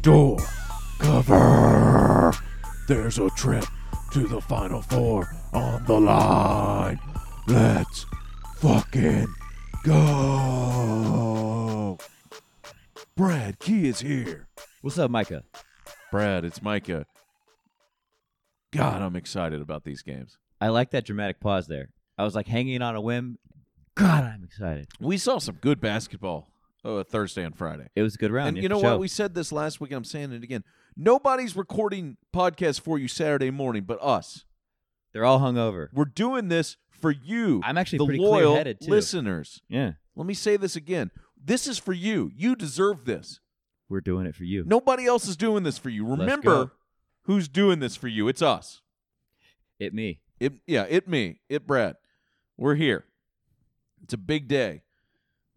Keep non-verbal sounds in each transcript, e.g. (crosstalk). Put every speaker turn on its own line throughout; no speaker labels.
door. Cover. There's a trip to the Final Four on the line. Let's fucking go. Brad Key is here.
What's up, Micah?
Brad, it's Micah. God, I'm excited about these games.
I like that dramatic pause there. I was like hanging on a whim. God, I'm excited.
We saw some good basketball uh, Thursday and Friday.
It was a good round.
And
yeah,
you know
for
what?
sure.
We said this last week, and I'm saying it again. Nobody's recording podcasts for you Saturday morning but us.
They're all hungover.
We're doing this for you.
I'm actually
the
pretty
loyal
clear-headed too.
listeners.
Yeah,
Let me say this again. This is for you. You deserve this.
we're doing it for you.
Nobody else is doing this for you.
Let's
Remember
go.
who's doing this for you. It's us.
It me.
It yeah, it me, it Brad. We're here. It's a big day.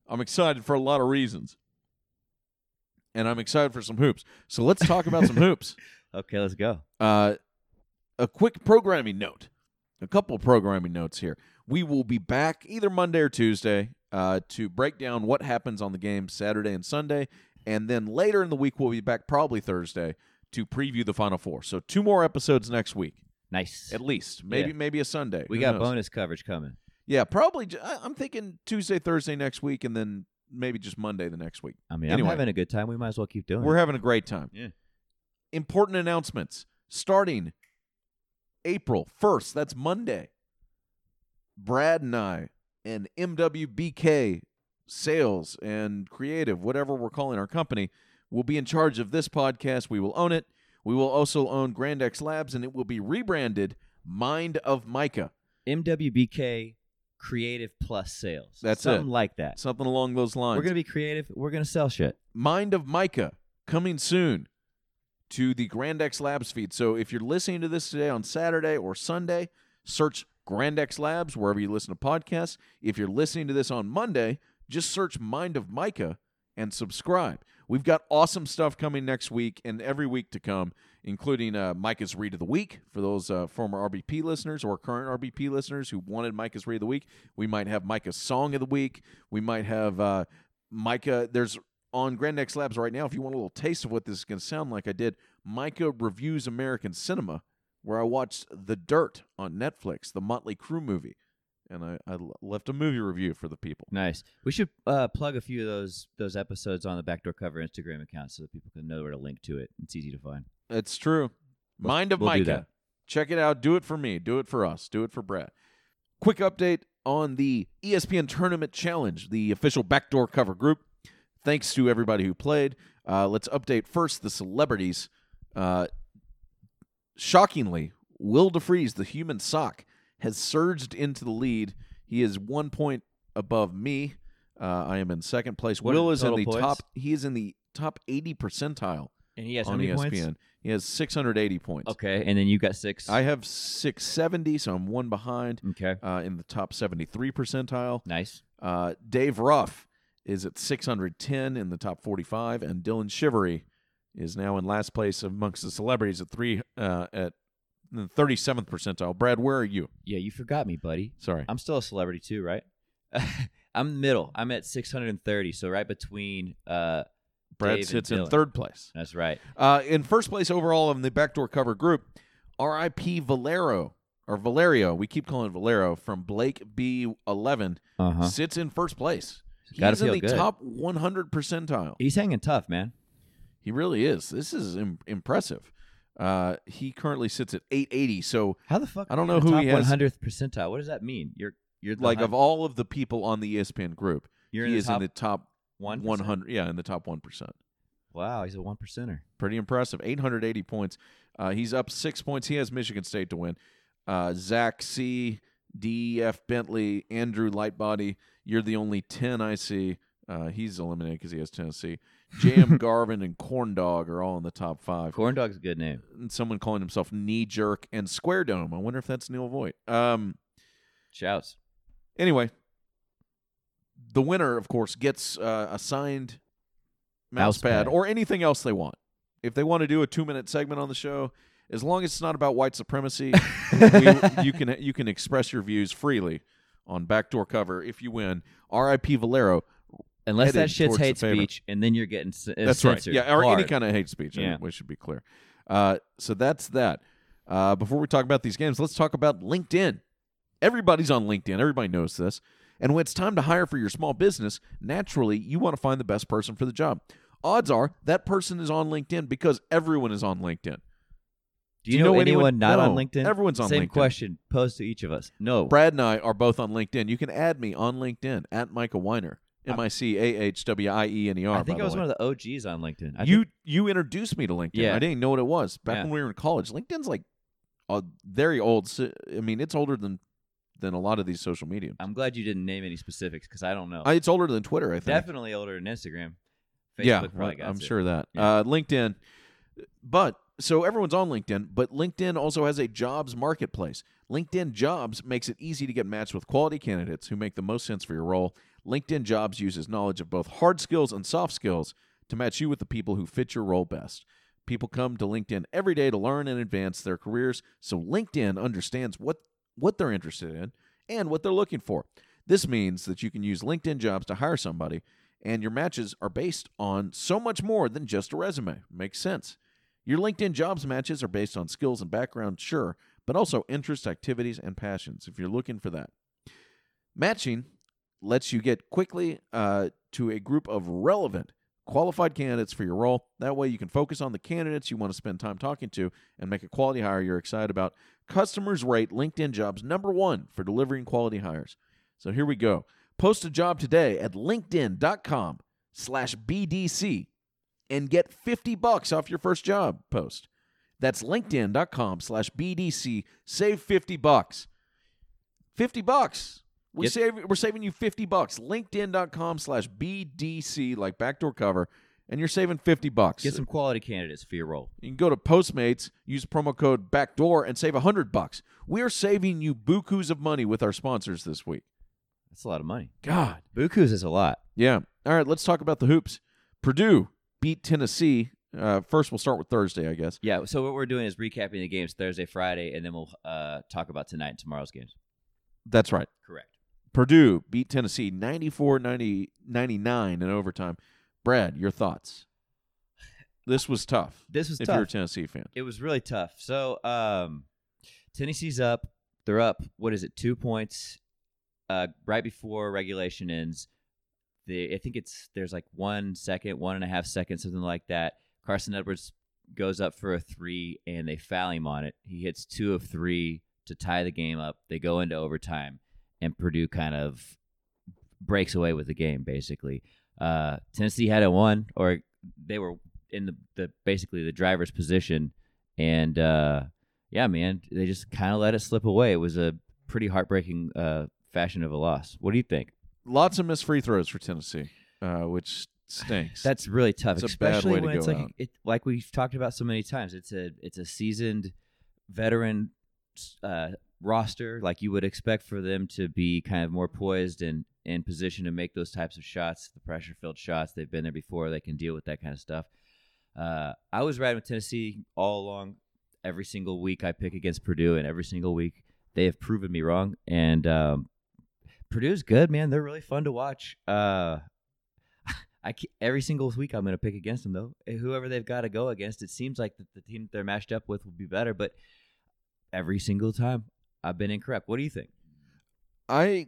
I'm excited for a lot of reasons. And I'm excited for some hoops. So let's talk about
(laughs)
some hoops.
Okay, let's go.
Uh, a quick programming note. A couple programming notes here. We will be back either Monday or Tuesday uh, to break down what happens on the game Saturday and Sunday. And then later in the week, we'll be back probably Thursday to preview the Final Four. So two more episodes next week,
Nice.
at least. Maybe
Yeah.
maybe a Sunday.
we
Who
got
knows?
bonus coverage coming.
Yeah, probably. ju- I- I'm thinking Tuesday, Thursday next week, and then maybe just Monday the next week.
I mean,
Anyway.
I'm having a good time. We might as well keep doing
We're
it.
having a great time.
Yeah.
Important announcements starting April 1st. That's Monday. Brad and I and MWBK Sales and Creative, whatever we're calling our company, will be in charge of this podcast. We will own it. We will also own Grand X Labs, and it will be rebranded Mind of Micah.
MWBK Creative Plus Sales.
That's
something
it.
like that.
Something along those lines.
We're gonna be creative. We're gonna sell shit.
Mind of Micah coming soon to the Grand X Labs feed. So if you're listening to this today on Saturday or Sunday, search Grand X Labs wherever you listen to podcasts. If you're listening to this on Monday, just search Mind of Micah and subscribe. We've got awesome stuff coming next week and every week to come, including uh, Micah's Read of the Week for those uh, former RBP listeners or current RBP listeners who wanted Micah's Read of the Week. We might have Micah's Song of the Week. We might have uh, Micah. There's on Grand Next Labs right now. If you want a little taste of what this is going to sound like, I did Micah Reviews American Cinema, where I watched The Dirt on Netflix, the Motley Crue movie. And I, I l- left a movie review for the people.
Nice. We should uh, plug a few of those those episodes on the Backdoor Cover Instagram account so that people can know where to link to it. It's easy to find.
It's true.
We'll-
Mind of
we'll do
Micah.
that.
Check it out. Do it for me. Do it for us. Do it for Brad. Quick update on the E ESPN Tournament Challenge, the official backdoor cover group. Thanks to everybody who played. Uh, let's update first the celebrities. Uh, shockingly, Will DeFries, the human sock, has surged into the lead. He is one point above me. Uh, I am in second place.
What are
Will
the
is in
total
the
points?
top. He is in the top eighty percentile
And he has
on E ESPN. He has 680 points.
Okay, and then you got six.
I have 670, so I'm one behind
okay,
uh, in the top 73 percentile.
nice.
Uh, Dave Ruff is at 610 in the top 45, and Dylan Shivery is now in last place amongst the celebrities at three uh, at the 37th percentile. Brad, where are you?
Yeah, you forgot me, buddy.
Sorry,
I'm still a celebrity too, right? (laughs) I'm middle. I'm at 630, so right between. uh
Brad
Dave and
sits in
Dylan.
third place.
That's right.
Uh, in first place overall in the backdoor cover group, R.I.P. Valero or Valerio. We keep calling it Valero from Blake B11
Uh huh.
sits in first place.
Gotta
He's in
feel
the
good.
top 100 percentile.
He's hanging tough, man.
He really is. This is Im- impressive. Uh, he currently sits at 880. So,
How the fuck?
I don't
are you
know
in
who
the
he
top
has-
100th percentile. What does that mean? You're you're the
like,
hun-
of all of the people on the E ESPN group,
you're
he
in the
is
top
in the top
one
100. Yeah, in the top 1%.
Wow, he's a one percenter.
Pretty impressive. 880 points. Uh, he's up six points. He has Michigan State to win. Uh, Zach C, DEF Bentley, Andrew Lightbody. You're the only 10 I see. Uh, he's eliminated because he has Tennessee. J.M. Garvin and Corndog are all in the top five.
Corn dog's a good name.
And someone calling himself Knee Jerk and Square Dome. I wonder if that's Neil Voigt. Um,
Shouts.
anyway, the winner, of course, gets uh, a signed mouse
Mouse
pad
pad.
or anything else they want. If they want to do a two minute segment on the show, as long as it's not about white supremacy, we,
(laughs)
you can you can express your views freely on backdoor cover if you win. R.I.P. Valero
Unless
headed
that shit's
towards the
hate
favor.
speech, and then you're getting c-
That's
censored
right. Yeah, or any
hard.
kind of hate speech.
Yeah.
Yeah. We should be clear. Uh, so that's that. Uh, before we talk about these games, let's talk about LinkedIn. Everybody's on LinkedIn. Everybody knows this. And when it's time to hire for your small business, naturally, you want to find the best person for the job. Odds are that person is on LinkedIn because everyone is on LinkedIn.
Do you, know, anyone, not on
No.
LinkedIn?
Everyone's on
Same
LinkedIn.
question posed to each of us. No.
Brad and I are both on LinkedIn. You can add me on LinkedIn at Micah Weiner. M I C A H W I E N E R.
I think
by
I was
the way.
one of the OGs on LinkedIn. I
you
think-
you introduced me to LinkedIn.
Yeah.
I didn't know what it was back
Yeah.
when we were in college. LinkedIn's like a very old. so- I mean, it's older than than a lot of these social media.
I'm glad you didn't name any specifics because I don't know.
I- it's older than Twitter. I think.
Definitely older than Instagram. Facebook
yeah,
probably got
I'm
it.
sure that
Yeah.
uh, LinkedIn. But so everyone's on LinkedIn, but LinkedIn also has a jobs marketplace. LinkedIn Jobs makes it easy to get matched with quality candidates who make the most sense for your role. LinkedIn Jobs uses knowledge of both hard skills and soft skills to match you with the people who fit your role best. People come to LinkedIn every day to learn and advance their careers, so LinkedIn understands what what they're interested in and what they're looking for. This means that you can use LinkedIn Jobs to hire somebody and your matches are based on so much more than just a resume. Makes sense. Your LinkedIn jobs matches are based on skills and background, sure, but also interests, activities, and passions if you're looking for that. Matching lets you get quickly uh, to a group of relevant, qualified candidates for your role. That way, you can focus on the candidates you want to spend time talking to and make a quality hire you're excited about. Customers rate LinkedIn jobs number one for delivering quality hires. So here we go. Post a job today at linkedin.com slash BDC and get 50 bucks off your first job post. That's linkedin.com slash BDC. Save 50 bucks. 50 bucks. We
Get-
save, we're saving you 50 bucks. LinkedIn.com slash BDC, like backdoor cover, and you're saving 50 bucks.
Get some quality candidates for your role.
You can go to Postmates, use promo code BACKDOOR, and save 100 bucks. We're saving you bukus of money with our sponsors this week.
That's a lot of money.
God.
Buku's is a lot.
Yeah. All right, let's talk about the hoops. Purdue beat Tennessee. Uh, first, we'll start with Thursday, I guess.
Yeah. So what we're doing is recapping the games Thursday, Friday, and then we'll uh, talk about tonight and tomorrow's games.
That's right.
Correct.
Purdue beat Tennessee 94 90, 99 in overtime. Brad, your thoughts? This was tough.
This was
if
tough.
you're a Tennessee fan,
it was really tough. So um, Tennessee's up. They're up. What is it? Two points. Uh, right before regulation ends, the I think it's there's like one second, one and a half seconds, something like that. Carson Edwards goes up for a three, and they foul him on it. He hits two of three to tie the game up. They go into overtime, and Purdue kind of breaks away with the game. Basically, uh, Tennessee had a one, or they were in the, the basically the driver's position and uh yeah man they just kind of let it slip away it was a pretty heartbreaking uh fashion of a loss what do you think
lots of missed free throws for Tennessee, uh, which stinks.
that's really tough
It's a bad
especially
way to
when it's
go
like
out.
it like we've talked about so many times it's a it's a seasoned veteran uh roster like you would expect for them to be kind of more poised and in position to make those types of shots the pressure filled shots they've been there before they can deal with that kind of stuff uh, I was riding with Tennessee all along. Every single week I pick against Purdue, and every single week they have proven me wrong. And um, Purdue's good, man. They're really fun to watch. Uh, I ca- every single week I'm going to pick against them though. Eh, Whoever they've got to go against, it seems like the, the team that they're matched up with will be better. But every single time I've been incorrect. What do you think?
I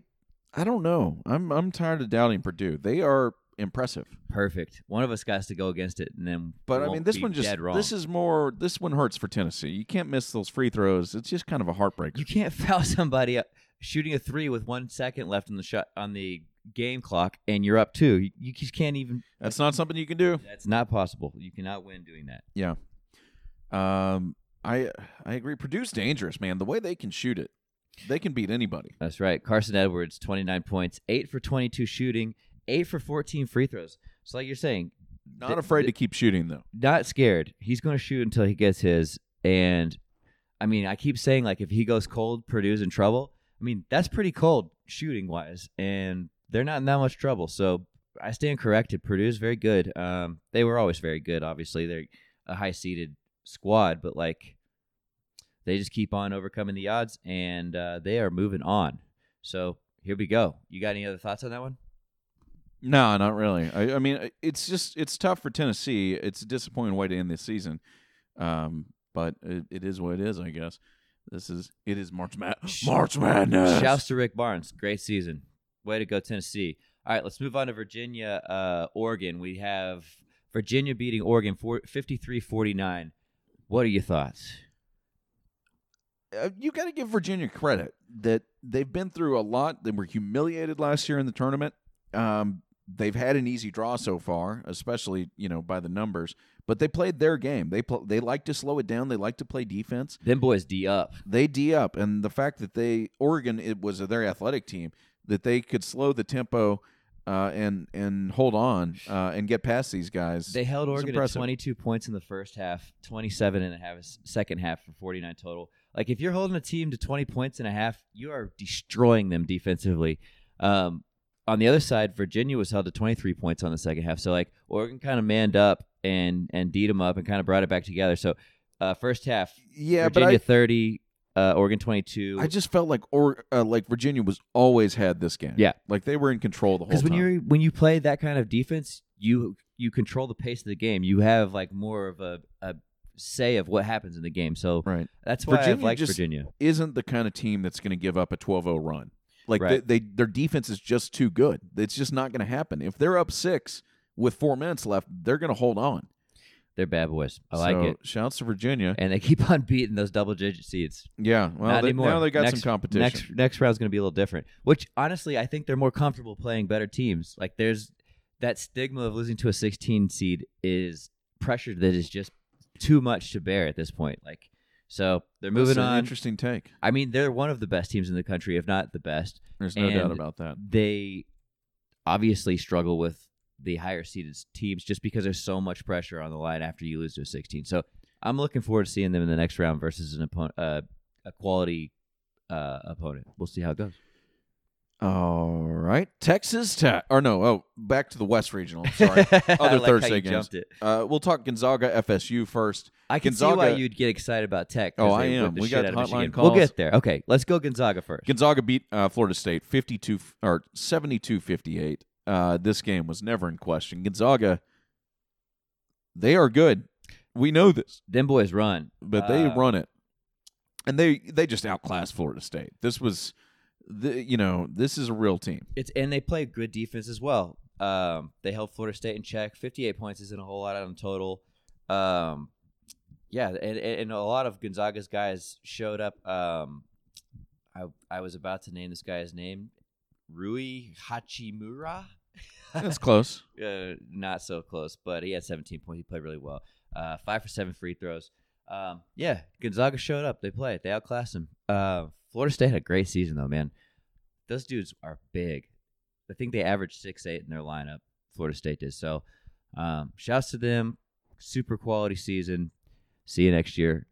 I don't know. I'm I'm tired of doubting Purdue. They are impressive.
Perfect. One of us has to go against it, and then
But I
we
mean,
won't
this
be
one just
dead wrong.
this is more this one hurts for Tennessee. You can't miss those free throws. It's just kind of a heartbreaker.
You can't (laughs) foul somebody up shooting a three with one second left on the shot on the game clock, and you're up two. You, you just
(laughs)
can't even.
That's not something you can do.
That's not possible. You cannot win doing that.
Yeah. Um. I I agree. Purdue's dangerous, man. The way they can shoot it, they can beat anybody.
That's right. Carson Edwards, 29 points, eight for 22 shooting, eight for 14 free throws. So, like you're saying,
Not
Th-
afraid to
th-
keep shooting though.
not scared. He's going to shoot until he gets his. And I mean, I keep saying like if he goes cold, Purdue's in trouble. I mean, that's pretty cold shooting wise, and they're not in that much trouble. So I stand corrected. Purdue's very good. Um, they were always very good. Obviously, they're a high seeded squad, but like they just keep on overcoming the odds, and uh, they are moving on. So here we go. You got any other thoughts on that one?
No, not really. I, I mean, it's just it's tough for Tennessee. It's a disappointing way to end this season, um, but it, it is what it is, I guess. This is it is March Mad
Sh-
March Madness.
Shouts to Rick Barnes. Great season. Way to go, Tennessee. All right, let's move on to Virginia, uh, Oregon. We have Virginia beating Oregon 53 49. What are your thoughts?
uh, you got to give Virginia credit that they've been through a lot. They were humiliated last year in the tournament. Um, they've had an easy draw so far, especially you know by the numbers. But they played their game. They pl- they like to slow it down. They like to play defense.
Them boys D up.
they d up and the fact that they oregon it was their athletic team that they could slow the tempo uh, and and hold on uh, and get past these guys
They held
It's
Oregon
impressive.
at 22 points in the first half, 27 and a half s- second half for 49 total. Like if you're holding a team to 20 points and a half, you are destroying them defensively. Um, on the other side, Virginia was held to 23 points on the second half. So like Oregon kind of manned up and and beat them up and kind of brought it back together. So uh, first half,
yeah
Virginia
but
30, uh, Oregon 22.
I, I just felt like or uh, like virginia was always had this game
Yeah.
like they were in control the whole
because when
time
you when you play that kind of defense, you you control the pace of the game. You have like more of a, a say of what happens in the game. So
right
that's why
Virginia
I like
just-
Virginia.
isn't the kind of team that's going to give up a 12-0 run like
Right.
they, they their defense is just too good it's just not going to happen if they're up six with four minutes left they're going to hold on
They're bad boys. I like
So,
it,
shouts to virginia
and they keep (laughs) on beating those double digit seeds.
yeah well
Not
they,
anymore.
now they got
next,
some competition
Next next round's going to be a little different. Which honestly, I think they're more comfortable playing better teams. Like there's that stigma of losing to a 16 seed is pressure that is just too much to bear at this point. Like so, they're
That's
moving
an
on.
Interesting take.
I mean, they're one of the best teams in the country, if not the best.
There's no doubt
And-
about that.
They obviously struggle with the higher seeded teams just because there's so much pressure on the line after you lose to a 16. So I'm looking forward to seeing them in the next round versus an opponent, uh, a quality uh, opponent. We'll see how it goes.
All right, Texas Tech. Or no, oh, back to the West Regional. I'm (laughs) sorry.
(laughs)
(laughs)
I like how
Thursday
you
games.
jumped it.
uh, we'll talk Gonzaga FSU first.
I can see why
Gonzaga-
you'd get excited about Tech. 'cause
Oh, I
they
am.
whipped the
We
shit
got
out of
hotline
Michigan.
calls.
We'll get there. Okay, let's go Gonzaga first.
Gonzaga beat uh, Florida State 52 f- or 72-58. Uh, this game was never in question. Gonzaga, they are good. We know this,
Them boys run.
but they
Uh,
run it, and they they just outclassed Florida State. This was, the, you know, this is a real team.
It's and they play good defense as well. Um, they held Florida State in check. Fifty-eight points isn't a whole lot on total. Um, yeah, and, and and a lot of Gonzaga's guys showed up. Um, I I was about to name this guy's name, Rui Hachimura.
That's close.
uh, not so close, but he had 17 points. He played really well. Uh, five for seven free throws. Um, yeah, Gonzaga showed up. They played. They outclassed him. Uh, Florida State had a great season though, man. Those dudes are big. I think they averaged six eight in their lineup. Florida State did so. Um, shouts to them. Super quality season. See you next year.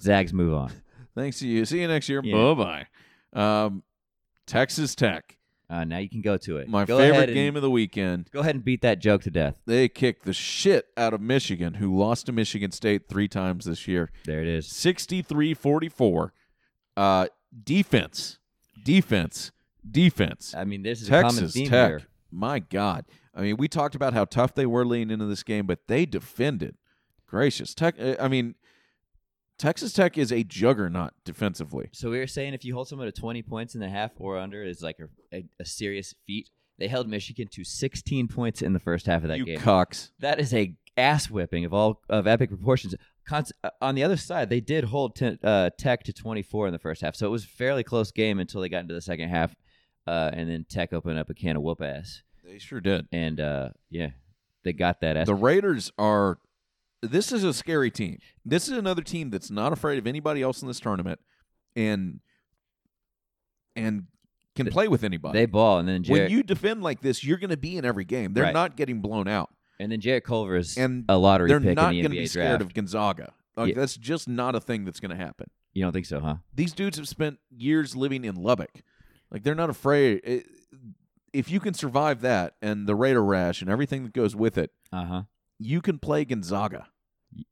Zags move on.
Thanks to you. See you next year.
Yeah.
Bye bye. Um, Texas Tech,
Uh, now you can go to it.
my
go ahead
favorite
and-
game of the weekend.
Go ahead and beat that joke to death.
They kicked the shit out of Michigan, who lost to Michigan State three times this year
There it is.
63 44. Uh, defense, defense, defense.
I mean, this is a common
Texas
theme
Tech,
here.
my God. I mean, we talked about how tough they were leaning into this game, but they defended. Gracious. Tech, uh, I mean, Texas Tech is a juggernaut defensively.
So we were saying if you hold someone to 20 points in the half or under is like a, a, a serious feat. They held Michigan to 16 points in the first half of that
you
game.
cocks.
that is a ass whipping of all of epic proportions. Cons- uh, on the other side, they did hold ten, uh, Tech to 24 in the first half, so it was a fairly close game until they got into the second half, uh, and then Tech opened up a can of whoop ass,
They sure did.
and uh, yeah, they got that (laughs) ass.
The Raiders are. This is a scary team. This is another team that's not afraid of anybody else in this tournament, and and can play with anybody.
they ball, and then
when
Jarrett,
you defend like this, you're going to be in every game. They're
Right.
not getting blown out.
and then Jarrett Culver is
and
a lottery
They're
pick
not
in the
gonna
NBA
be
draft.
scared of Gonzaga. Like
Yeah.
that's just not a thing that's going to happen.
you don't think so, huh?
These dudes have spent years living in Lubbock. Like they're not afraid. It- if you can survive that and the Raider rash and everything that goes with it,
Uh huh.
you can play Gonzaga.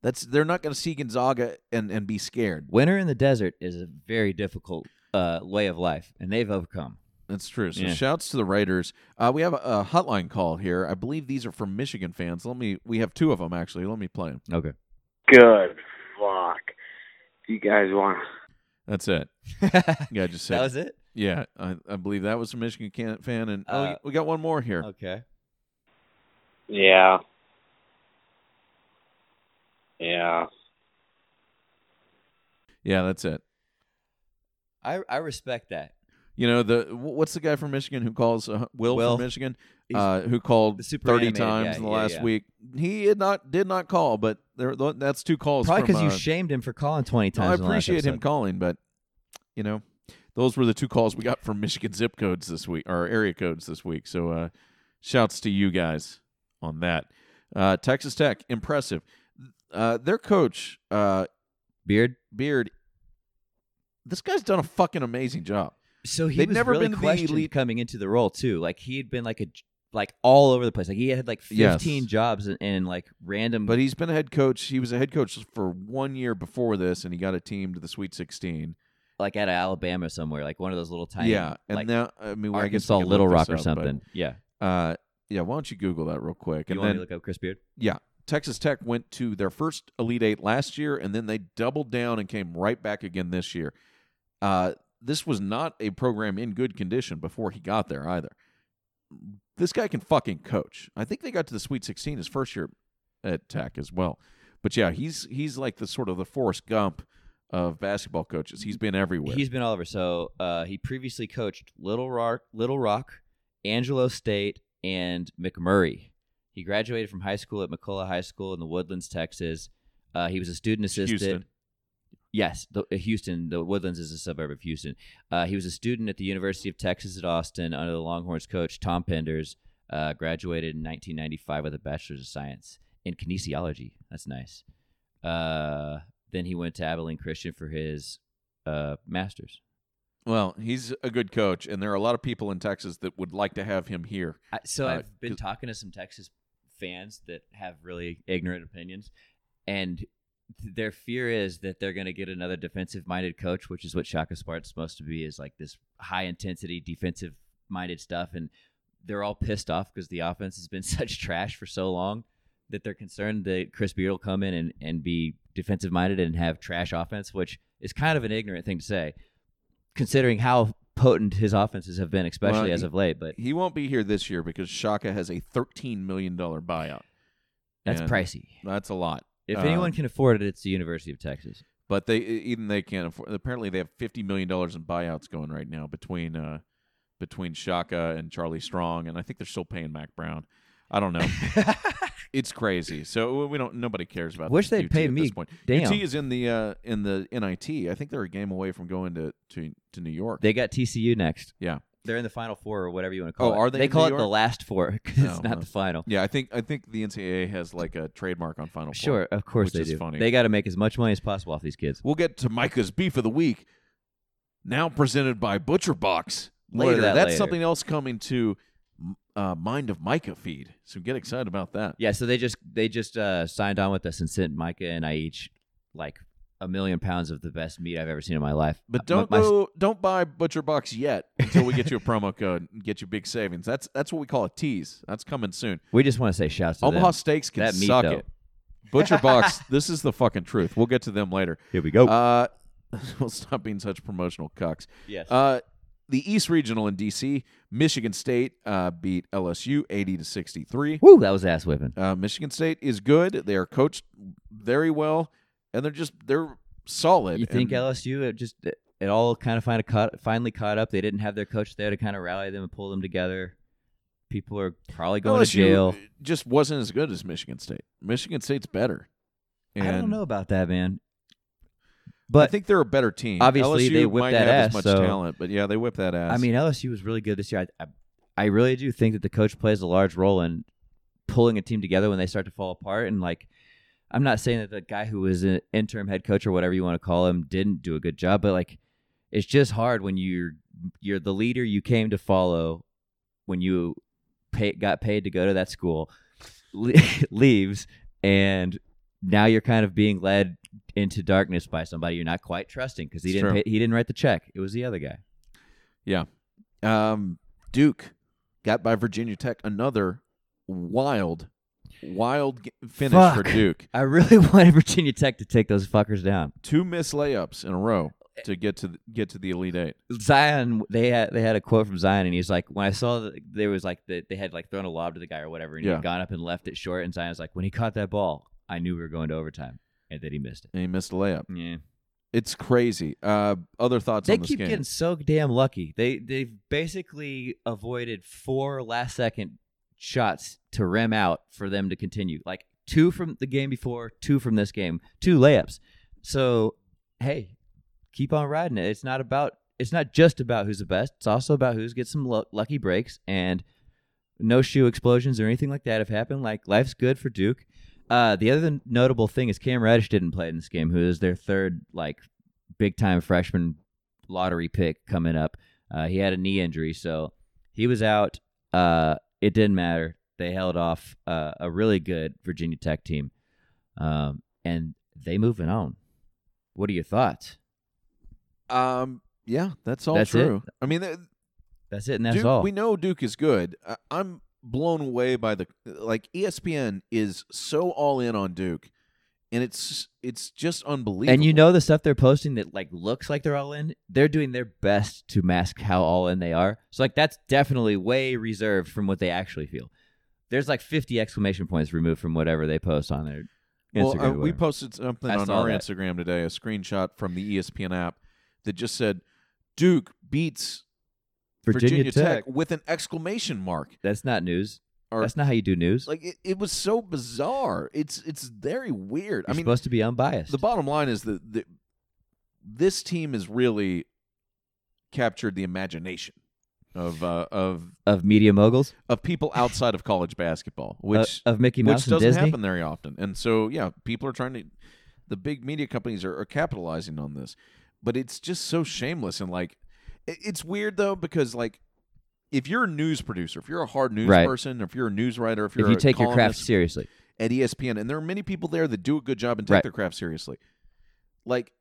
That's they're not going to see Gonzaga and and be scared.
Winter in the desert is a very difficult uh, way of life, and they've overcome. (laughs)
That's true. So
Yeah.
shouts to the writers. Uh, we have a, a hotline call here. I believe these are from Michigan fans. Let me. We have two of them actually. Let me play them.
Okay.
Good fuck. You guys want
That's it.
that
Yeah, I just said.
was it.
yeah, I, I believe that was a Michigan can- fan, and oh,
Uh,
we got one more here.
Okay.
Yeah. Yeah.
yeah, that's it.
I I respect that.
You know the wh- what's the guy from Michigan who calls uh, Will,
Will.
from Michigan
He's-
uh, who called
the super
thirty
animated
times
guy.
in the
Yeah,
last
yeah.
week? He did not did not call, but there th- that's two calls.
Probably
because
because you shamed him for calling twenty
uh, I
times. in the last
appreciate him
episode.
calling, but you know those were the two calls we got from Michigan zip codes this week or area codes this week. So uh, shouts to you guys on that. Uh, Texas Tech impressive. Uh, their coach uh,
Beard.
Beard. This guy's done a fucking amazing job.
So he
They'd
was
never
really
been the
questioned
elite-
coming into the role too. Like he had been like a j- like all over the place. Like he had like
Yes.
fifteen jobs and, and like random.
But he's been a head coach. He was a head coach for one year before this, and he got a team to the Sweet 16.
like out of Alabama somewhere, like one of those little tiny,
yeah, and
like
now I mean, well, I guess
Arkansas
we could
Little
look
Rock
this
or
up, but,
something. yeah,
uh, yeah, why don't you Google that real quick?
you
And
want
then
me to look up Chris Beard?
Texas Tech went to their first Elite Eight last year, and then they doubled down and came right back again this year. Uh, this was not a program in good condition before he got there either. This guy can fucking coach. I think they got to the Sweet 16 his first year at Tech as well. But yeah, he's he's like the sort of the Forrest Gump of basketball coaches. He's been everywhere.
He's been all over. So uh, he previously coached Little Rock, Little Rock, Angelo State, and McMurray. He graduated from high school at McCullough High School in the Woodlands, Texas. Uh, he was a student assistant.
Houston.
Yes, the, uh, Houston. The Woodlands is a suburb of Houston. Uh, he was a student at the University of Texas at Austin under the Longhorns coach Tom Penders. Uh, graduated in 1995 with a bachelor's of science in kinesiology. That's nice. Uh, then he went to Abilene Christian for his uh, master's.
Well, he's a good coach, and there are a lot of people in Texas that would like to have him here.
I, so
Uh,
I've been
'cause-
talking to some Texas fans that have really ignorant opinions, and th- their fear is that they're going to get another defensive-minded coach, which is what Shaka Spart's supposed to be, is like this high-intensity defensive-minded stuff, and they're all pissed off because the offense has been (laughs) such trash for so long that they're concerned that Chris Beard will come in and, and be defensive-minded and have trash offense, which is kind of an ignorant thing to say, considering how potent his offenses have been, especially as
he-
of late. But
He won't be here this year because Shaka has a thirteen million dollar buyout.
that's
And
pricey.
That's a lot.
If
Um,
anyone can afford it, it's the University of Texas.
(laughs) But they e, even they can't afford. Apparently, they have fifty million dollars in buyouts going right now between uh, between Shaka and Charlie Strong, and I think they're still paying Mac Brown. I don't
(laughs)
know. it's crazy. So we don't. Nobody cares about.
Wish they'd
UT
pay
at
me.
This point.
Damn,
UT is in the uh, in the NIT. I think they're a game away from going to to, to New York.
they got TCU next.
Yeah.
they're in the Final Four or whatever you want to call
Oh,
it.
are they
They
in
call
New
it the
York?
last four (laughs) because
Oh,
it's not
no.
the final.
yeah, I think I think the NCAA has like a trademark on Final Four.
Sure, of course
Which
they
is
do.
funny.
They got to make as much money as possible off these kids.
We'll get to Micah's beef of the week. Now presented by Butcher Box.
More of
Later,
that
that's
later.
something else coming to uh, Mind of Micah feed. So get excited about that.
Yeah, so they just they just uh, signed on with us and sent Micah and I each like a million pounds of the best meat I've ever seen in my life.
But
Uh, my-
don't
my-
go, don't buy Butcher Box yet until we get you a (laughs) promo code and get you big savings. That's that's what we call a tease. That's coming soon.
we just want to say shouts to
Omaha
them.
Steaks can
That meat,
suck
though.
it.
(laughs)
Butcher Box, this is the fucking truth. We'll get to them later.
Here we go.
Uh, (laughs) we'll stop being such promotional cucks.
yes.
Uh, the East Regional in DC, Michigan State uh, beat LSU 80 to 63.
Woo, that was ass whipping.
Uh, Michigan State is good. They are coached very well, and they're just they're solid.
You think
And
LSU it just it all kind of find a caught, finally caught up? They didn't have their coach there to kind of rally them and pull them together. People are probably going to
LSU
jail.
just wasn't as good as Michigan State. Michigan State's better.
I don't
And
know about that, man.
I
But
think they're a better team.
obviously
LSU
they whipped
might
that
have
ass,
as much
so-
talent, but yeah, they whip that ass.
I mean, LSU was really good this year. I, I, I really do think that the coach plays a large role in pulling a team together when they start to fall apart. And like, I'm not saying that the guy who was an interim head coach or whatever you want to call him didn't do a good job, but like, it's just hard when you're you're the leader you came to follow when you pay, got paid to go to that school le- (laughs) leaves and now you're kind of being led into darkness by somebody you're not quite trusting because he
It's
didn't
true.
pay, he didn't write the check it was the other guy
Um, Duke got by Virginia Tech. Another wild, wild g- finish for
Fuck.
Duke.
I really (laughs) wanted Virginia Tech to take those fuckers down.
Two missed layups in a row
Eh.
to get to the, get to the Elite Eight.
Zion, they had they had a quote from Zion, and he's like, when I saw that there was like the, they had like thrown a lob to the guy or whatever, and he
Yeah.
had gone up and left it short, and Zion's like, when he caught that ball, I knew we were going to overtime, and that he missed it.
And he missed a layup.
Yeah,
It's crazy. Uh, other thoughts
they
on this
keep
game?
getting so damn lucky. They they've basically avoided four last second shots to rim out for them to continue. Like two from the game before, two from this game, two layups. So hey, keep on riding it. It's not about it's not just about who's the best. It's also about who's gets some lu- lucky breaks and no shoe explosions or anything like that have happened. Like life's good for Duke. Uh, the other notable thing is Cam Reddish didn't play in this game, who is their third like big time freshman lottery pick coming up. Uh, he had a knee injury, so he was out. Uh, it didn't matter. They held off uh, a really good Virginia Tech team, um, and they moving on. What are your thoughts?
Um, yeah, that's all
That's it?
true. I mean, th-
That's it, and that's
Duke,
all.
We know Duke is good. I, I'm blown away by the like E ESPN is so all in on Duke, and it's it's just unbelievable.
and you know the stuff they're posting that like looks like they're all in. They're doing their best to mask how all in they are. So like that's definitely way reserved from what they actually feel. There's like 50 exclamation points removed from whatever they post on their
well,
Instagram.
uh,
or
we
whatever.
posted something
I
on
saw
our
that.
Instagram today, a screenshot from the E ESPN app that just said Duke beats Virginia, Tech. with an exclamation mark.
That's not news.
Or-
That's not how you do news.
Like it, it was so bizarre. It's it's very weird.
You're
I mean,
supposed to be unbiased.
The bottom line is that the, this team has really captured the imagination of uh, of
of media moguls,
of people outside of college basketball,
uh,
which
of Mickey Mouse
which
and
doesn't
Disney.
happen very often. And so, yeah, people are trying to. The big media companies are, are capitalizing on this, but it's just so shameless and like, it- it's weird though because like, if you're a news producer, if you're a hard news
Right.
person, if you're a news writer, if you're
If you
a
take your craft
columnist,
seriously,
at E ESPN, and there are many people there that do a good job and take
Right.
their craft seriously. Like,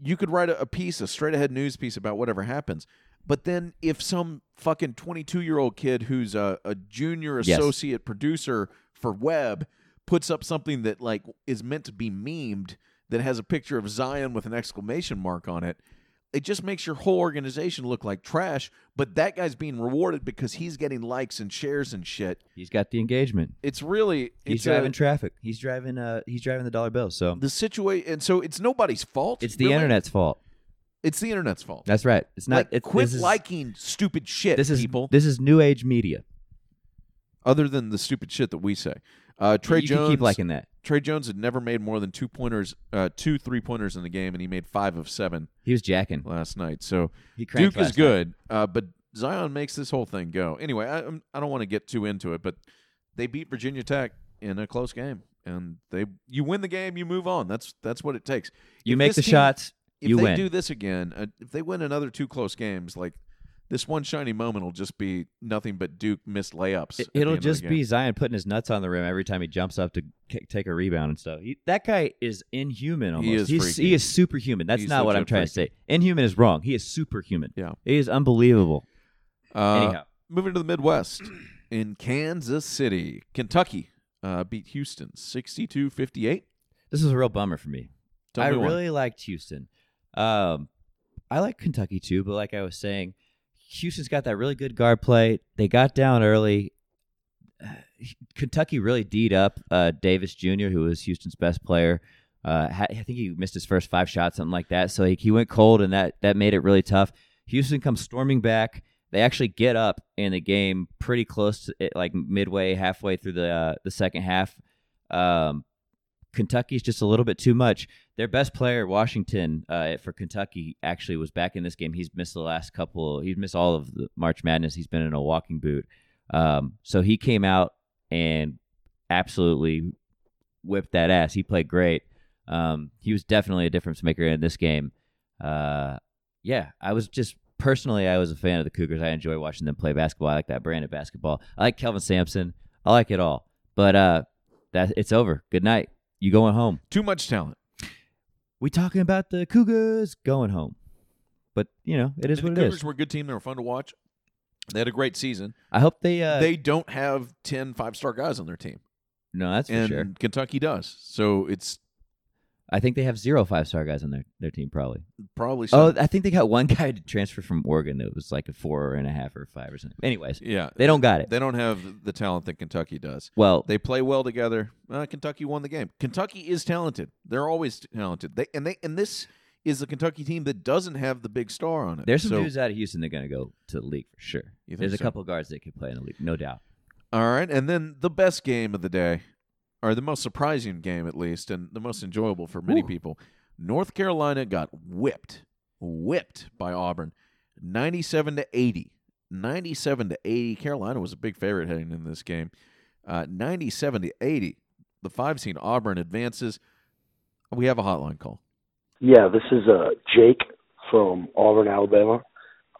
you could write a, a piece, a straight ahead news piece about whatever happens, but then if some fucking 22 year old kid who's a, a junior
Yes.
associate producer for web puts up something that like is meant to be memed that has a picture of Zion with an exclamation mark on it. It just makes your whole organization look like trash, but that guy's being rewarded because he's getting likes and shares and shit.
he's got the engagement.
It's really
He's
it's a-
driving traffic. He's driving. Uh, he's driving the dollar bill. So
the situation and so it's nobody's fault
it's the
really.
internet's fault.
it's the internet's fault
That's right. It's not.
like,
it's,
quit
this is,
liking stupid shit
this is
people
This is new age media.
other than the stupid shit that we say uh, Trey
you
Jones
can keep liking that.
Trey Jones had never made more than two pointers uh, two three pointers in the game and he made five of seven
He was jacking.
last night so
He cranked
Duke is
last night.
good uh, but Zion makes this whole thing go anyway I, I'm- I don't want to get too into it but they beat Virginia Tech in a close game and they you win the game you move on that's that's what it takes
You
If
make
this
the
team-
shots.
if
You
they
win.
do this again, uh, if they win another two close games, like this one shiny moment will just be nothing but Duke missed layups. at
It,
the
it'll
end of the
just
game.
be Zion putting his nuts on the rim every time he jumps up to k- take a rebound and stuff. He, that guy is inhuman. Almost.
He is
He's,
freaky.
he is superhuman. That's
He's
not what
legit
I'm trying to say. Inhuman is wrong. He is superhuman.
Yeah.
He is unbelievable.
Uh,
Anyhow,
Moving to the Midwest,
(clears throat)
in Kansas City, Kentucky uh, beat Houston 62-58.
this is a real bummer for me.
Tell
I
me why.
really liked Houston. Um, I like Kentucky too, but like I was saying, Houston's got that really good guard play. They got down early. (sighs) Uh, Kentucky really D'd up uh, Davis Jr., who was Houston's best player. Uh, ha- I think he missed his first five shots, something like that. So he, he went cold, and that that made it really tough. Houston comes storming back. They actually get up in the game pretty close to it, like midway, halfway through the uh, the second half. Um, Kentucky's just a little bit too much. Their best player, Washington, uh, for Kentucky, actually was back in this game. He's missed the last couple. He's missed all of the March Madness. He's been in a walking boot. Um, so he came out and absolutely whipped that ass. He played great. Um, he was definitely a difference maker in this game. Uh, yeah, I was just personally, I was a fan of the Cougars. I enjoy watching them play basketball. I like that brand of basketball. I like Kelvin Sampson. I like it all. But uh, that it's over. Good night. You going home?
too much talent.
We talking about the Cougars going home. But you know, it is
And
what
the
it
Cougars
is.
were a good team. They were fun to watch. They had a great season.
I hope they. Uh,
they don't have 10 five star guys on their team,
no, that's for
and
sure.
Kentucky does. So it's
I think they have zero five star guys on their, their team probably.
probably.
Oh,
some-
I think they got one (laughs) guy to transfer from Oregon that was like a four and a half or five or something. Anyways,
yeah.
they don't got it.
They don't have the talent that Kentucky does.
well,
They play well together. Uh, Kentucky won the game. Kentucky is talented. They're always talented. They and they and this is the Kentucky team that doesn't have the big star on it.
there's some
So-
dudes out of Houston that are going to go to the league for sure.
You think
There's a
so?
couple of guards that could play in the league, no doubt.
All right, and then the best game of the day, or the most surprising game at least, and the most enjoyable for many
Ooh.
people. North Carolina got whipped, whipped by Auburn, ninety-seven to eighty. Ninety-seven to eighty. Carolina was a big favorite heading in this game. Uh, ninety-seven to eighty. The five seed Auburn advances. We have a hotline call.
Yeah, this is uh, Jake from Auburn, Alabama.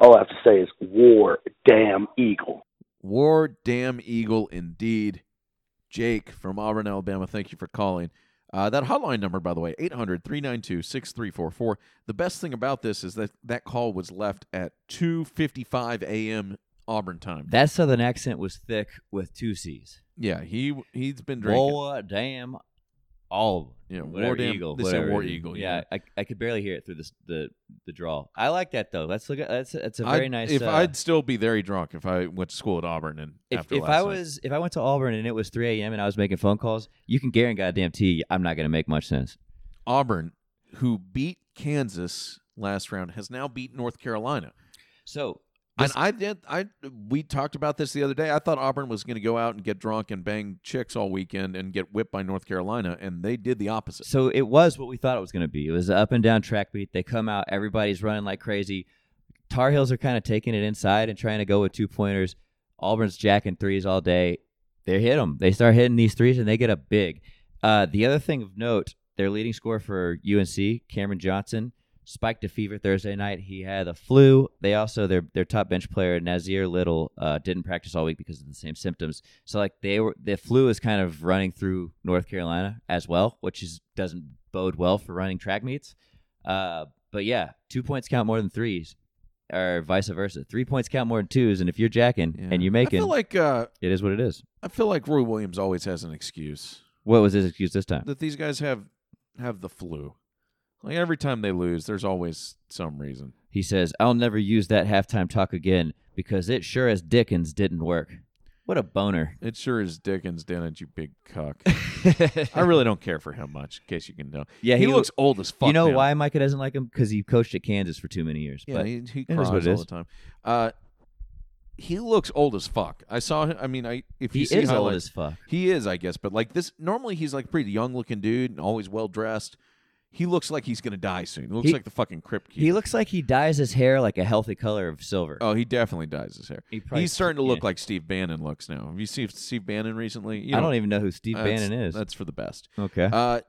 All I have to say is war, damn eagle.
War damn eagle indeed. Jake from Auburn, Alabama, thank you for calling. Uh, that hotline number, by the way, 800 392 6344. The best thing about this is that that call was left at 2.55 a.m. Auburn time.
That southern accent was thick with two C's.
yeah, he, he's been drinking.
War, damn, all of them.
Yeah, war
whatever,
damn-
eagle.
they said
whatever
war
it is.
eagle,
Yeah, I, I could barely hear it through this, the the draw. I like that though. Let's look at that's that's a
I'd-
very nice.
If
uh,
I'd still be very drunk if I went to school at Auburn and
if,
after
if
last
I
night.
was if I went to Auburn and it was 3 a.m. and I was making phone calls, you can guarantee goddamn tea I'm not going to make much sense.
Auburn, who beat Kansas last round, has now beat North Carolina.
So
And I did. I we talked about this the other day. I thought Auburn was going to go out and get drunk and bang chicks all weekend and get whipped by North Carolina, and they did the opposite.
so it was what we thought it was going to be. It was an up and down track beat. They come out, everybody's running like crazy. Tar Heels are kind of taking it inside and trying to go with two pointers. Auburn's jacking threes all day. They hit them. They start hitting these threes and they get up big. Uh, the other thing of note, their leading scorer for UNC, Cameron Johnson, spiked a fever Thursday night. He had the flu. They also their their top bench player Nazir Little uh, didn't practice all week because of the same symptoms. So like they were the flu is kind of running through North Carolina as well, which is doesn't bode well for running track meets. Uh, but yeah, two points count more than threes, or vice versa. Three points count more than twos, and if you're jacking
Yeah.
and you're making,
I feel like uh,
it is what it is.
I feel like Roy Williams always has an excuse
What was his excuse this time?
that these guys have have the flu. Like every time they lose, there's always some reason.
He says, I'll never use that halftime talk again because it sure as Dickens didn't work. What a boner.
It sure is Dickens, didn't you, big cuck? (laughs) I
I
really don't care for him much, in case you can tell.
(laughs) yeah,
he, looks old as fuck.
You know
now.
why Micah doesn't like him? Because he coached at Kansas for too many years.
Yeah,
but
he, he
is
cries
what it
all
is.
the time. Uh, he looks old as fuck. I saw him. I mean, I if
he
you see
is old
highlights-
as fuck.
He is, I guess, but like this. Normally, he's like pretty young looking dude and always well dressed. He looks like he's gonna die soon. He looks
He-
like the fucking crypt keeper.
He looks like he dyes his hair like a healthy color of silver.
oh, he definitely dyes his hair.
He probably-
he's starting to look
yeah.
like Steve Bannon looks now. Have you seen Steve Bannon recently? You
I don't even know who Steve
that's-
Bannon is.
That's for the
(laughs)
best.
okay.
Uh,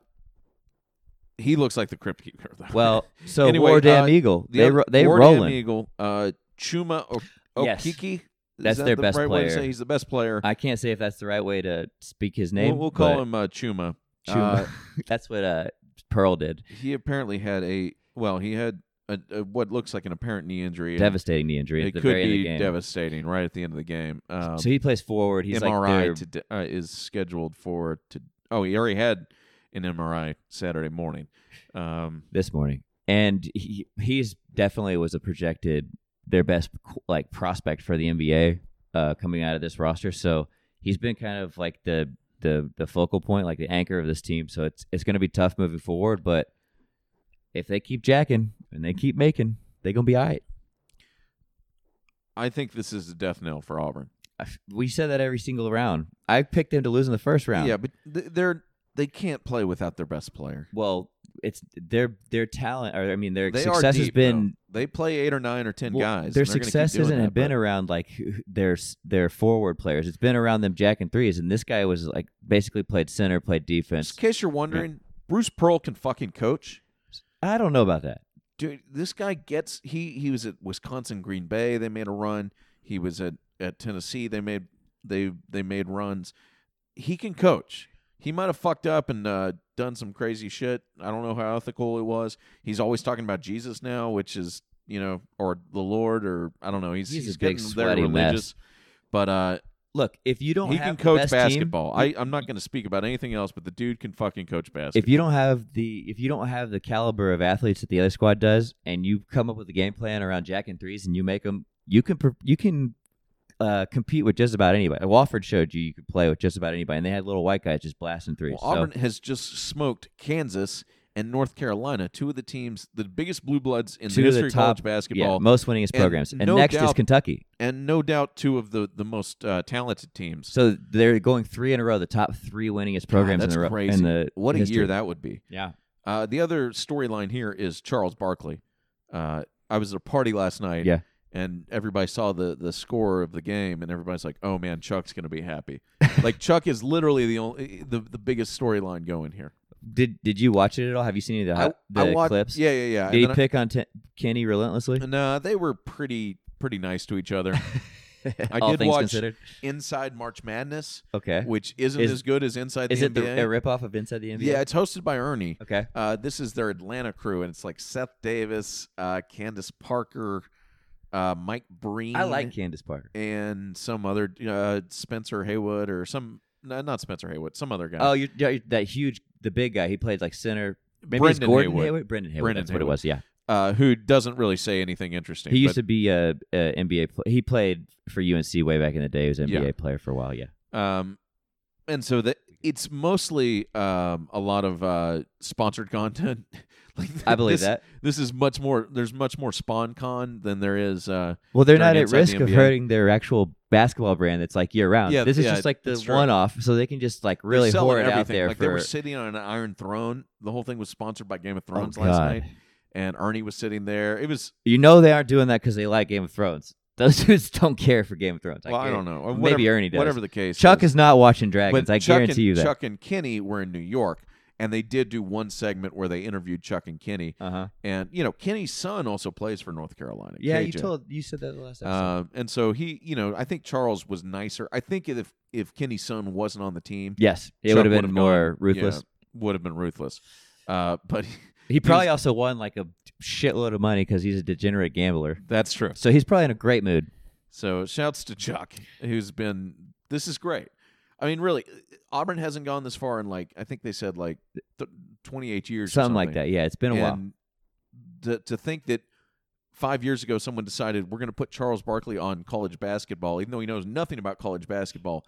he looks like the crypt (laughs) keeper. Though.
well, so
(laughs) anyway,
War Damn
uh,
Eagle.
the
They
other-
ro- they
War
rolling.
Damn Eagle, uh, Chuma o-
Yes.
Okiki. Is
That's
that
their
the
best
right Way to
player.
say he's the best player.
I can't say if that's the right way to speak his
We'll-
name.
we'll, call
but
him uh, Chuma.
Chuma.
Uh,
(laughs) that's what uh, Pearl did.
he apparently had a well, he had a, a, what looks like an apparent knee injury. and
Devastating knee injury
It
at the
could
very end of
be
the game.
devastating right at the end of the game. Um,
so he plays forward. He's like
MRI
their-
today, uh, is scheduled for to. Oh, he already had an MRI Saturday morning. Um,
this morning, and he he's definitely was a projected their best like prospect for the NBA uh, coming out of this roster. So he's been kind of like the the the focal point, like the anchor of this team. So it's it's going to be tough moving forward, but if they keep jacking and they keep making, they gonna be all right.
I think this is the death knell for Auburn.
I f- We said that every single round. I picked them to lose in the first round.
Yeah, but th- they're they can't play without their best player.
Well, it's their their talent, or I mean, their
They are
success
deep,
has been
though. they play eight or nine or ten
Well,
guys.
Their
and they're gonna keep
success
doing
hasn't
that,
have been
but-
around like who- their s- their forward players. It's been around them jack and threes, and this guy was like basically played center, played defense.
Just in case you're wondering, Bruce Pearl can fucking coach.
I don't know about that.
dude this guy gets he he was at wisconsin green bay they made a run he was at at tennessee they made they they made runs he can coach he might have fucked up and uh, done some crazy shit i don't know how ethical it was he's always talking about jesus now which is you know, or the Lord, or I don't know. He's
He's a
getting
big
there
sweaty mess.
religious, but uh,
Look, if you don't
he
have
can
the
coach
best team-
basketball. I I'm not going to speak about anything else, but the dude can fucking coach basketball.
if you don't have the if you don't have the caliber of athletes that the other squad does, and you come up with a game plan around jack and threes, and you make them, you can per- you can uh, compete with just about anybody. Wofford showed you you could play with just about anybody, and they had little white guys just blasting threes.
Well, Auburn has just smoked Kansas and North Carolina, two of the teams, the biggest blue bloods in
so,
the
two of
history
the
of college
top
basketball,
yeah, most winningest
And
programs, and
no
next is
doubt-
Kentucky.
and no doubt two of the the most uh, talented teams.
So they're going three in a row, the top three winningest
God,
programs
that's
in the row.
crazy.
In the
what a year
history.
that would be.
Yeah,
Uh, the other storyline here is Charles Barkley. Uh, I was at a party last night,
Yeah.
and everybody saw the the score of the game, and everybody's like, "Oh man, Chuck's gonna be happy." (laughs) like Chuck is literally the only the, the biggest storyline going here.
did did you watch it at all? Have you seen any of the, hi- the
watched,
clips?
Yeah, yeah, yeah.
Did he
And then
pick on Ten- Kenny relentlessly?
I- no, they were pretty pretty nice to each
(laughs)
other. (laughs) I
all
did
things
watch-
considered.
Inside March Madness,
Okay.
which isn't
Is-
as good as Inside
Is
the
it
NBA.
the, a ripoff of Inside the NBA?
yeah, it's hosted by Ernie.
Okay.
Uh, this is their Atlanta crew, and it's like Seth Davis, uh, Candace Parker, uh, Mike Breen.
I like Candace Parker.
and some other uh, Spencer Haywood or some no, not Spencer Haywood, some other guy.
Oh, you're, you're- that huge, the big guy. He played like center. Maybe it's
Brendan
Gordon
Haywood,
Brendan Haywood.
Brendan
that's what it
Haywood.
was. Yeah.
Uh, who doesn't really say anything interesting.
He used
but,
to be a, a NBA. Pl- he played for UNC way back in the day. He was an NBA
Yeah.
player for a while. Yeah.
um, and so that it's mostly um, a lot of uh, sponsored (laughs) content. like
I believe
this,
that.
This is much more. There's much more spawn con than there is. Uh,
Well, they're
during
not at
Inside the
risk of
NBA.
hurting their actual basketball brand that's like year round.
Yeah,
this is
yeah,
just like the
that's true.
one off, so they can just like really
they're selling
whore it
everything.
out there
Like
for.
they were sitting on an iron throne. The whole thing was sponsored by Game of
oh,
Thrones last
God.
night, and Ernie was sitting there. It was.
You know they aren't doing that because they like Game of Thrones. (laughs) Those dudes don't care for Game of Thrones.
Well, I,
guarantee-
don't know. Or
Maybe
whatever,
Ernie does.
Whatever the case.
Chuck
is.
is not watching Dragons.
But
I
Chuck
guarantee
and,
you that.
Chuck and Kenny were in New York, and they did do one segment where they interviewed Chuck and Kenny.
uh huh.
And you know, Kenny's son also plays for North Carolina.
Yeah, you
KJ.
told you said that the last episode.
Um, and so he, you know, I think Charles was nicer. I think if if Kenny's son wasn't on the team,
yes, it
Chuck
would have
would've
been more ruthless.
would have been ruthless. Uh, but (laughs)
He probably also won like a shitload of money because he's a degenerate gambler.
that's true.
So he's probably in a great mood.
So shouts to Chuck, who's been. This is great. I mean, really, Auburn hasn't gone this far in like I think they said like th- twenty eight years, or
Something,
something.
like that. Yeah, it's been a while.
and To, to think that five years ago someone decided we're going to put Charles Barkley on college basketball, even though he knows nothing about college basketball,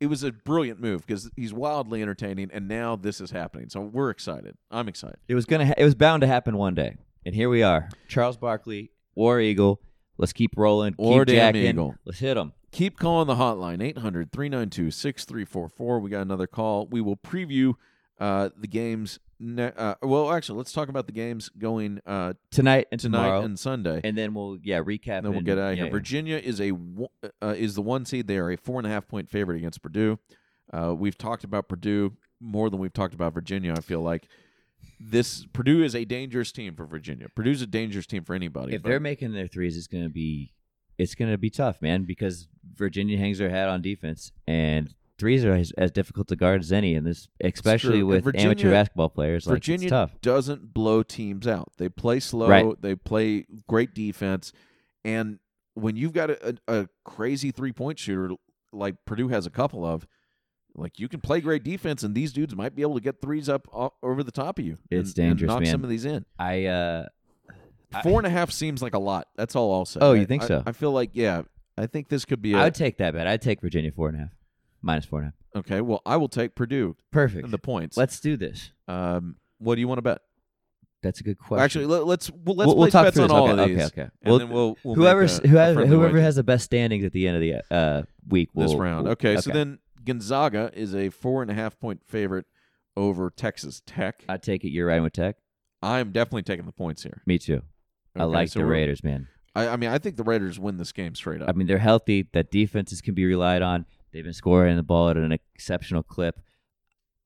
it was a brilliant move because he's wildly entertaining, and now this is happening. So we're excited. I'm excited.
It was gonna. Ha- it was bound to happen one day, and here we are. Charles Barkley, War Eagle. Let's keep rolling.
War
keep
damn
jacking.
eagle.
Let's hit him.
Keep calling the hotline 800 392 6344. We got another call. We will preview uh, the games. Ne- uh, well, actually, let's talk about the games going uh,
tonight and
tonight
tomorrow,
and Sunday.
and then we'll yeah recap.
Then we'll
and-
get out of
yeah,
here. Virginia is a wo- uh, is the one seed. They are a four and a half point favorite against Purdue. Uh, we've talked about Purdue more than we've talked about Virginia. I feel like this Purdue is a dangerous team for Virginia. Purdue's a dangerous team for anybody.
if
but
they're making their threes, it's gonna be it's gonna be tough, man, because Virginia hangs their hat on defense, and threes are as, as difficult to guard as any, and this
true.
especially
And
with
Virginia-
amateur basketball players, like
Virginia
it's tough.
doesn't blow teams out. They play slow.
Right.
They play great defense, and when you've got a, a, a crazy three point shooter like Purdue has a couple of. Like you can play great defense, and these dudes might be able to get threes up o- over the top of you.
It's
and- and
dangerous,
knock
man.
some of these in.
I uh, I-
Four and a half seems like a lot. That's all I'll say.
Oh, you
I-
think
I-
so?
I feel like yeah. I think this could be a
I would take that bet. I'd take Virginia four and a half, minus four and a half.
okay. Well, I will take Purdue
Perfect.
and the points.
Let's do this.
um, what do you want to bet?
That's a good question.
Actually, let, us well, let's
we'll, we'll
place
talk
bets
through
on
this.
all
okay,
of these,
Okay, okay.
and
Well,
then we'll, we'll make
whoever's
a- a
who has
friendly
whoever
wager
has the best standings at the end of the uh, week will
this round.
will-
Okay, so then Gonzaga is a four and a half point favorite over Texas Tech.
I take it you're riding with Tech.
I am definitely taking the points here.
Me too. I
Okay,
like
so
the
we're-
Raiders, man.
I, I mean, I think the Raiders win this game straight up.
I mean, they're healthy. That defenses can be relied on. They've been scoring the ball at an exceptional clip.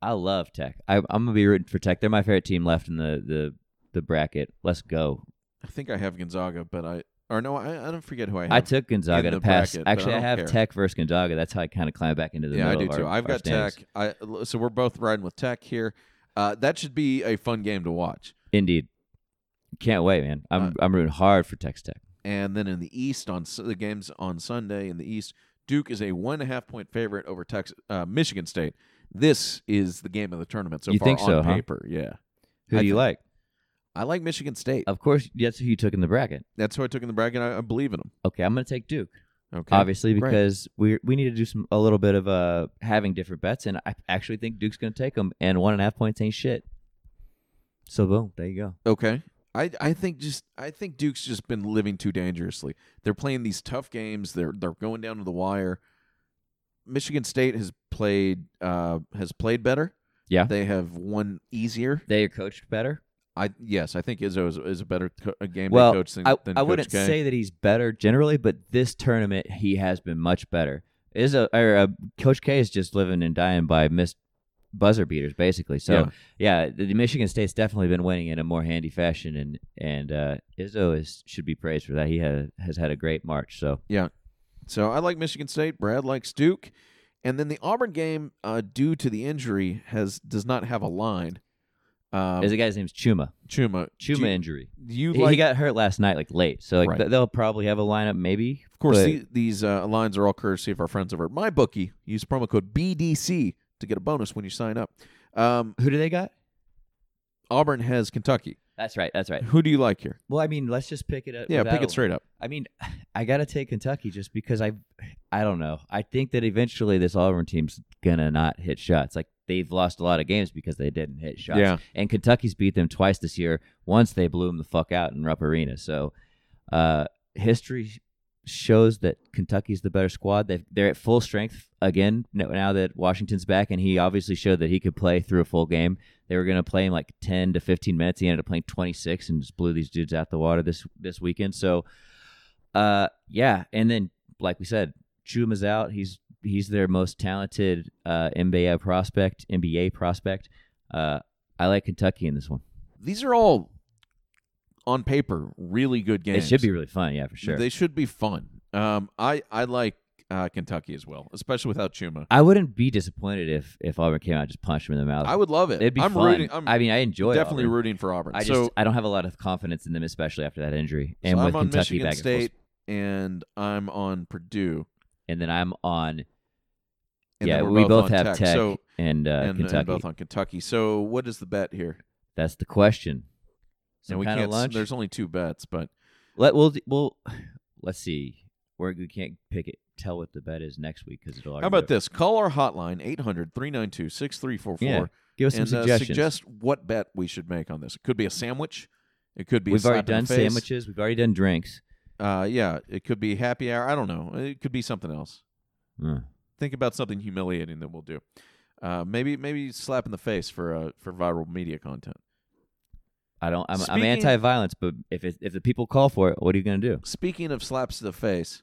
I love Tech. I, I'm gonna be rooting for Tech. They're my favorite team left in the the, the bracket. Let's go.
I think I have Gonzaga, but I or no, I, I don't forget who I have.
I took Gonzaga
in the
to pass.
bracket, but I
Actually, I,
don't
have
care.
Tech versus Gonzaga. That's how I kind of climb back into the
yeah, I
middle
do
of
too.
our-
I've
our
got
standings.
Tech. I, so we're both riding with Tech here. Uh, that should be a fun game to watch.
Indeed. Can't wait, man. I'm I'm rooting hard for Texas Tech.
And then in the East, on s- the games on Sunday in the East, Duke is a one and a half point favorite over Texas, uh, Michigan State. This is the game of the tournament so
You
far
think
on
so, huh?
paper. Yeah,
Who
I
do you
thi-
like?
I like Michigan State.
Of course, that's who you took in the bracket.
That's who I took in the bracket. I, I believe in them.
Okay, I'm gonna take Duke.
Okay,
obviously
Right.
because we we need to do some a little bit of uh having different bets, and I actually think Duke's going to take them, and one and a half points ain't shit. So boom, there you go.
Okay. I, I think just I think Duke's just been living too dangerously. They're playing these tough games. They're they're going down to the wire. Michigan State has played uh, has played better.
Yeah.
they have won easier.
They are coached better.
I yes, I think Izzo is, is a better co- a game
Well,
coach than,
I,
than
I
Coach
wouldn't
K.
say that he's better generally, but this tournament he has been much better. Is a or uh, Coach K is just living and dying by missed buzzer beaters basically. So yeah, the, the Michigan State's definitely been winning in a more handy fashion, and and uh, Izzo is should be praised for that. He had, has had a great March. So
So I like Michigan State. Brad likes Duke, and then the Auburn game, uh, due to the injury, has does not have a line. Um,
is the guy's name's Chuma.
Chuma?
Chuma
Do you,
injury.
do you
He,
like?
he got hurt last night, like late. So like
Right.
th- they'll probably have a lineup, maybe.
Of course,
but-
the, these uh, lines are all courtesy of our friends over at MyBookie. Use promo code BDC to get a bonus when you sign up. Um,
Who do they got?
Auburn has Kentucky.
That's right. That's right.
Who do you like here?
Well, I mean, let's just pick it up.
Yeah,
without
pick
a-
it straight up.
I mean, I gotta take Kentucky just because I, I don't know. I think that eventually this Auburn team's gonna not hit shots. Like they've lost a lot of games because they didn't hit shots.
Yeah.
And Kentucky's beat them twice this year. Once they blew them the fuck out in Rupp Arena. So, uh, history shows that Kentucky's the better squad. They they're at full strength again no- now that Washington's back, and he obviously showed that he could play through a full game. They were going to play him like ten to fifteen minutes. He ended up playing twenty six and just blew these dudes out the water this this weekend. So, uh, yeah, and then like we said, Chuma's out. He's he's their most talented uh, NBA prospect. NBA prospect. Uh, I like Kentucky in this one.
These are all on paper really good games.
It should be really fun. Yeah, for sure.
They should be fun. Um, I I like uh, Kentucky as well, especially without Chuma.
I wouldn't be disappointed if if Auburn came out and just punched him in the mouth.
I would love it.
It'd be
I'm
fun.
Rooting, I'm
I mean, I enjoy
definitely
Auburn.
rooting for Auburn.
I just
so
I don't have a lot of confidence in them, especially after that injury.
so
And with
I'm on
Kentucky
Michigan
back and
State,
forth.
and I'm on Purdue.
and then I'm on.
And
yeah,
then we're
we both,
on
have
Tech.
Tech,
So
and, uh,
and,
Kentucky.
and both on Kentucky. So what is the bet here?
That's the question. Some
and we
kind
can't.
of
s-
lunch.
There's only two bets, but
Let we'll we'll let's see. We're, we can't pick it. Tell what the bet is next week because it'll.
how about this? Call our hotline 800-392-6344
Yeah, Give us some
and uh,
suggestions.
suggest what bet we should make on this. It could be a sandwich. It could be. a
We've
slap
already
in the
done
face.
sandwiches. We've already done drinks.
Uh, yeah, it could be happy hour. I don't know. It could be something else.
Hmm.
Think about something humiliating that we'll do. Uh, maybe maybe slap in the face for uh, for viral media content.
I don't. I'm, I'm
Speaking-
anti-violence, but if it, if the people call for it, what are you going to do?
Speaking of slaps to the face,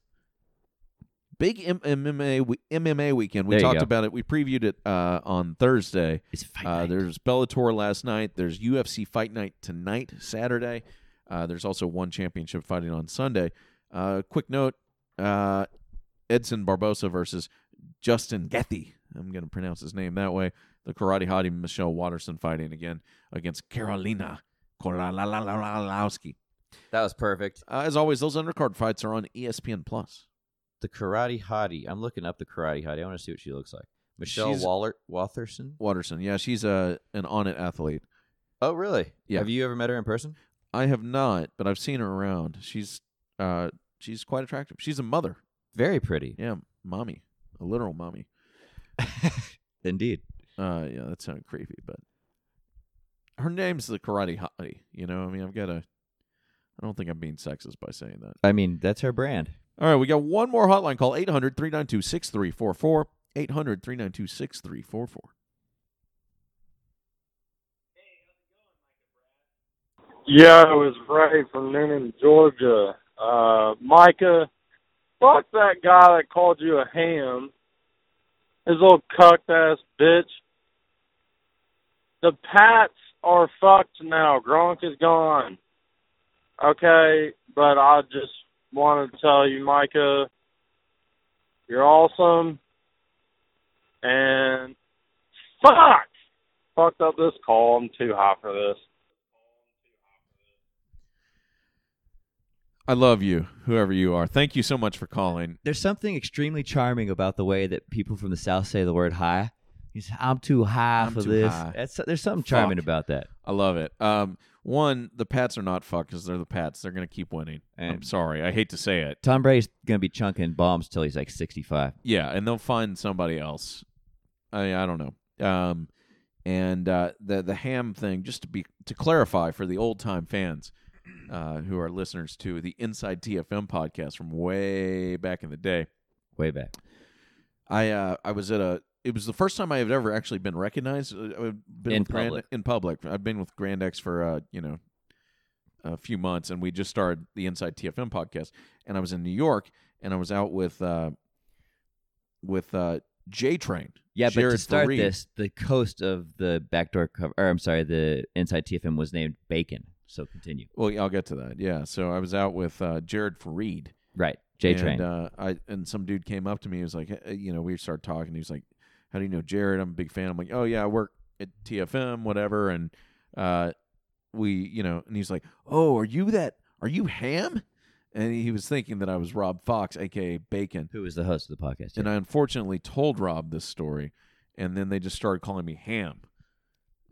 big M- MMA we- MMA weekend. We
There you
talked
go.
about it. We previewed it uh, on Thursday.
It's fight
Uh,
night.
there's Bellator last night. There's UFC Fight Night tonight, Saturday. Uh, there's also one championship fighting on Sunday. Uh, quick note: uh, Edson Barbosa versus Justin Gethy. I'm going to pronounce his name that way. The karate hottie Michelle Watterson fighting again against Carolina Kolalalowski.
That was perfect.
Uh, as always, those undercard fights are on E ESPN Plus.
The Karate Hottie. I'm looking up the Karate Hottie. I want to see what she looks like. Michelle
She's-
Waller Watherson.
Watterson, yeah, she's a an on it athlete.
Oh, really?
Yeah.
Have you ever met her in person?
I have not, but I've seen her around. She's uh she's quite attractive. She's a mother.
Very pretty.
Yeah, mommy. A literal mommy.
Indeed.
Uh yeah, that sounded creepy, but her name's the karate hottie, you know? I mean I've got a I don't think I'm being sexist by saying that.
I mean, that's her brand.
All right, we got one more hotline call 800-392-6344. 800-392-6344.
Yeah, it was Ray from Noonan, Georgia. Uh, Micah, fuck that guy that called you a ham. His little cucked ass bitch. The Pats are fucked now. Gronk is gone. Okay, but I just want to tell you, Micah, you're awesome. And fuck! Fucked up this call. I'm too high for this.
I love you, whoever you are. Thank you so much for calling.
There's something extremely charming about the way that people from the South say the word high. He's, I'm too high
I'm
for
too
this.
high.
That's, there's something charming
Fuck.
about that.
I love it. Um, one, the Pats are not fucked because they're the Pats. They're going to keep winning. I'm
And-
sorry. I hate to say it.
Tom Brady's going to be chunking bombs till he's like 65.
Yeah, and they'll find somebody else. I I don't know. Um, and uh, the the ham thing, just to be to clarify for the old time fans uh, who are listeners to the Inside TFM podcast from way back in the day,
Way back.
I uh, I was at a. It was the first time I have ever actually been recognized. Uh, I've been
In
with Grand,
public.
in public. I've been with Grand X for uh, you know a few months, and we just started the Inside TFM podcast. And I was in New York, and I was out with uh, with uh, J Train.
Yeah,
Jared
but to start
Fareed.
this, the coast of the backdoor cover, or I'm sorry, the inside TFM was named Bacon. So continue.
Well, yeah, I'll get to that. Yeah, so I was out with uh, Jared Farid.
Right, J
And,
Train.
uh, I and some dude came up to me. He was like, eh, you know, we started talking. He was like, "How do you know Jared? I'm a big fan." I'm like, "Oh yeah, I work at TFM, whatever." And uh, we, you know, and he's like, "Oh, are you that? Are you Ham?" And he was thinking that I was Rob Fox, aka Bacon.
Who was the host of the podcast?
And I unfortunately told Rob this story, and then they just started calling me Ham.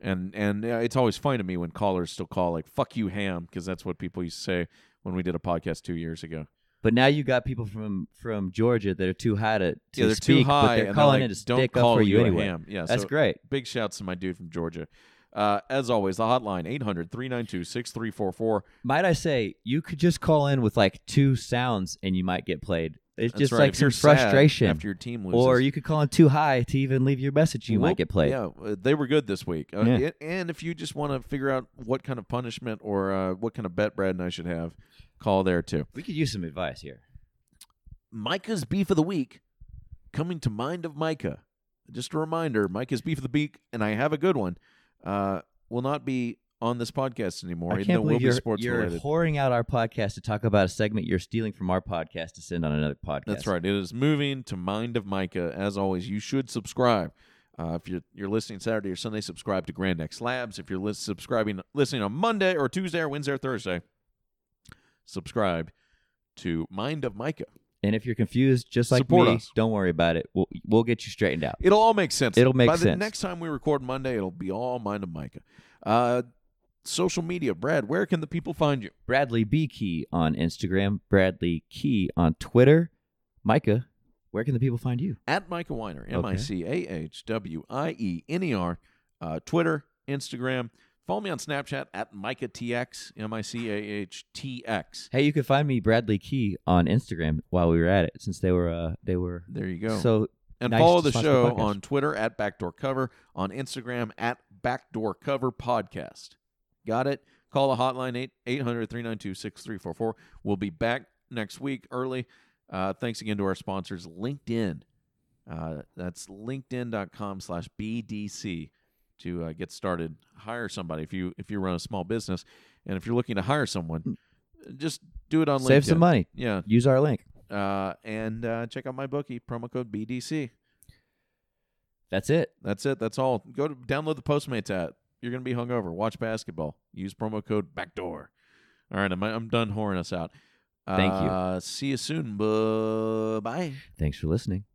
And and uh, it's always funny to me when callers still call like "fuck you, Ham" because that's what people used to say when we did a podcast two years ago.
but now you got people from from Georgia that are too high to, to
yeah, they're too
speak,
high.
but they're
and
calling
like,
it to
don't
stick
call
up for you,
you a
anyway.
Ham. Yeah,
That's
so
great.
Big shouts to my dude from Georgia. Uh, as always, the hotline 800 392 6344.
Might I say, you could just call in with like two sounds and you might get played. It's
That's
just
right.
like
if
some
you're sad
frustration.
after your team loses.
or you could call in too high to even leave your message. You might
Whoop.
get played.
Yeah, uh, they were good this week. Uh,
Yeah.
it- and if you just want to figure out what kind of punishment or uh, what kind of bet Brad and I should have, call there too.
We could use some advice here.
Micah's beef of the week coming to mind of Micah. Just a reminder, Micah's beef of the week, and I have a good one. Uh, will not be on this podcast anymore.
I
even
can't
though it will
believe
be
you're,
sports
you're
related.
whoring out our podcast to talk about a segment you're stealing from our podcast to send on another podcast.
That's right. It is moving to Mind of Micah. As always, you should subscribe. Uh, if you're, you're listening Saturday or Sunday, subscribe to Grand X Labs. If you're lis- subscribing, listening on Monday or Tuesday or Wednesday or Thursday, subscribe to Mind of Micah.
And if you're confused, just like
Support
me,
us.
don't worry about it. We'll, we'll get you straightened out.
It'll all make sense.
It'll make
By the
sense.
next time we record Monday, it'll be all Mind of Micah. Uh, social media, Brad. Where can the people find you?
Bradley B. Key on Instagram, Bradley Key on Twitter. Micah, where can the people find you?
at Micah Weiner,
Okay.
M I C A H W I E N E R, uh, Twitter, Instagram. Follow me on Snapchat at Micah TX, M I C A H T X.
Hey, you can find me Bradley Key on Instagram while we were at it, since they were uh, they were
There you go.
so
and
nice
follow
to
the
sponsor
show
the podcast.
on Twitter at Backdoor Cover, on Instagram at Backdoor Cover Podcast. Got it? Call the hotline 800 392 6344. We'll be back next week early. Uh, thanks again to our sponsors, LinkedIn. Uh, that's linkedin.com slash BDC to uh, get started. Hire somebody if you if you run a small business. And if you're looking to hire someone, just do it on LinkedIn.
Mm. save some money.
Yeah.
Use our link.
Uh, and uh, check out my bookie, promo code BDC.
That's it.
That's it. That's all. Go to download the Postmates app. You're gonna be hungover. Watch basketball. Use promo code Backdoor. All right, I'm I'm done whoring us out.
Thank you.
Uh, see you soon. Buh, bye.
Thanks for listening.